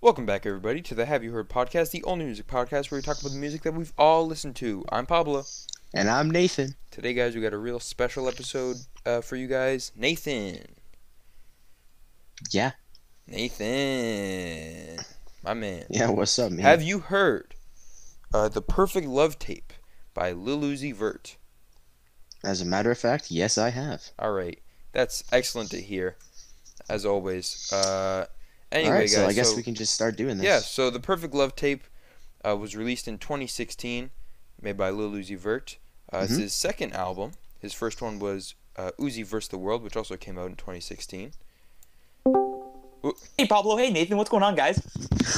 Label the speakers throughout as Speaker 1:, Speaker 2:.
Speaker 1: Welcome back, everybody, to the Have You Heard podcast, the only music podcast where we talk about the music that we've all listened to. I'm Pablo.
Speaker 2: And I'm Nathan.
Speaker 1: Today, guys, we got a real special episode uh, for you guys. Nathan.
Speaker 2: Yeah.
Speaker 1: Nathan. My man.
Speaker 2: Yeah, what's up, man?
Speaker 1: Have you heard uh, The Perfect Love Tape by Lil Uzi Vert?
Speaker 2: As a matter of fact, yes, I have.
Speaker 1: All right. That's excellent to hear, as always. Uh, anyway,
Speaker 2: All right,
Speaker 1: guys.
Speaker 2: so I guess
Speaker 1: so-
Speaker 2: we can just start doing this.
Speaker 1: Yeah, so the Perfect Love tape uh, was released in 2016, made by Lil Uzi Vert. Uh, It's
Speaker 2: Mhm.
Speaker 1: his second album. His first one was uh, Uzi vs. the World, which also came out in 2016.
Speaker 3: Hey Pablo, hey Nathan, what's going on, guys?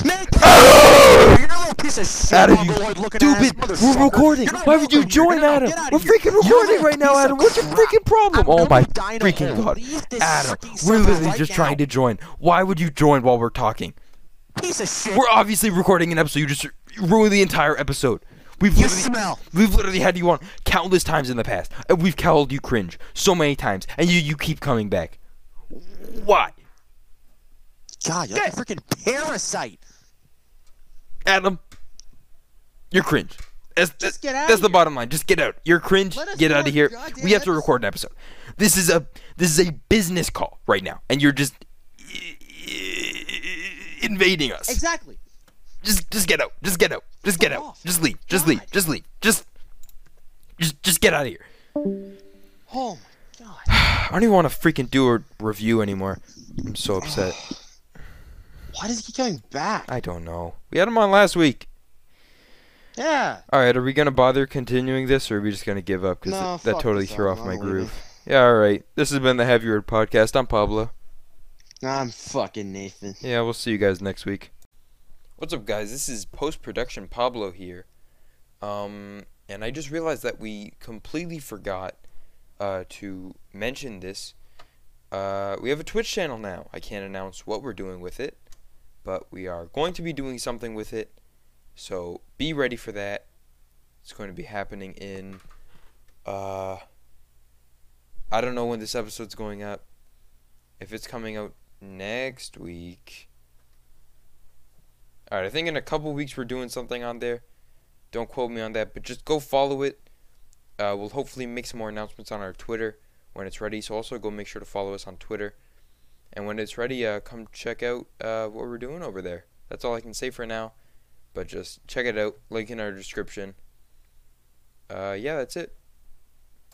Speaker 4: Nick! You're a little piece of shit,
Speaker 2: Adam, you
Speaker 4: mongoloid looking ass motherfucker. You're not welcome here. Get out- get out of here. You're a little piece of crap.
Speaker 1: problem?
Speaker 2: Oh
Speaker 1: Oh
Speaker 4: I'm gonna die in a hole. Leave this fucking server right now.
Speaker 1: to join. Why would you join while we're talking?
Speaker 4: Piece of shit.
Speaker 1: We're obviously recording an episode. You just ruined the entire episode. We've
Speaker 4: You
Speaker 1: literally,
Speaker 4: smell.
Speaker 1: We've literally had you on countless times in the past, and we've called you cringe so many times, and you you keep coming back. Why,
Speaker 4: God, you're like a freaking parasite.
Speaker 1: Adam? You're cringe. That's, that's,
Speaker 4: get out
Speaker 1: that's
Speaker 4: of
Speaker 1: the
Speaker 4: here.
Speaker 1: bottom line. Just get out. You're cringe.
Speaker 4: Let us
Speaker 1: Get
Speaker 4: do
Speaker 1: out
Speaker 4: our
Speaker 1: of here.
Speaker 4: goddamn
Speaker 1: We have to
Speaker 4: episode.
Speaker 1: record an episode. This is a this is a business call right now, and you're just i- i- invading us.
Speaker 4: Exactly.
Speaker 1: just just get out. Just get out. Just get
Speaker 4: Fuck
Speaker 1: out.
Speaker 4: off.
Speaker 1: Just leave. Just leave.
Speaker 4: God.
Speaker 1: Just leave. Just just just get out of here.
Speaker 4: Oh my god.
Speaker 1: I don't even want to freaking do a review anymore. I'm so upset.
Speaker 2: Why does he keep coming back?
Speaker 1: I don't know. We had him on last week.
Speaker 2: Yeah.
Speaker 1: All right, are we gonna bother continuing this, or are we just gonna give up? Because
Speaker 2: No,
Speaker 1: that
Speaker 2: fuck
Speaker 1: totally
Speaker 2: this
Speaker 1: threw
Speaker 2: album.
Speaker 1: off my
Speaker 2: I'm
Speaker 1: groove. Yeah, all right. This has been the Have You Heard podcast. I'm Pablo.
Speaker 2: I'm fucking Nathan.
Speaker 1: Yeah, we'll see you guys next week. What's up, guys? This is post production Pablo here. Um, and I just realized that we completely forgot uh, to mention this. Uh, we have a Twitch channel now. I can't announce what we're doing with it, but we are going to be doing something with it. So be ready for that. It's going to be happening in. Uh, I don't know when this episode's going up. If it's coming out next week. All right, I think in a couple weeks we're doing something on there. Don't quote me on that, but just go follow it. Uh, we'll hopefully make some more announcements on our Twitter when it's ready. So also go make sure to follow us on Twitter. And when it's ready, uh, come check out uh, what we're doing over there. That's all I can say for now. But just check it out. Link in our description. Uh, yeah, that's it.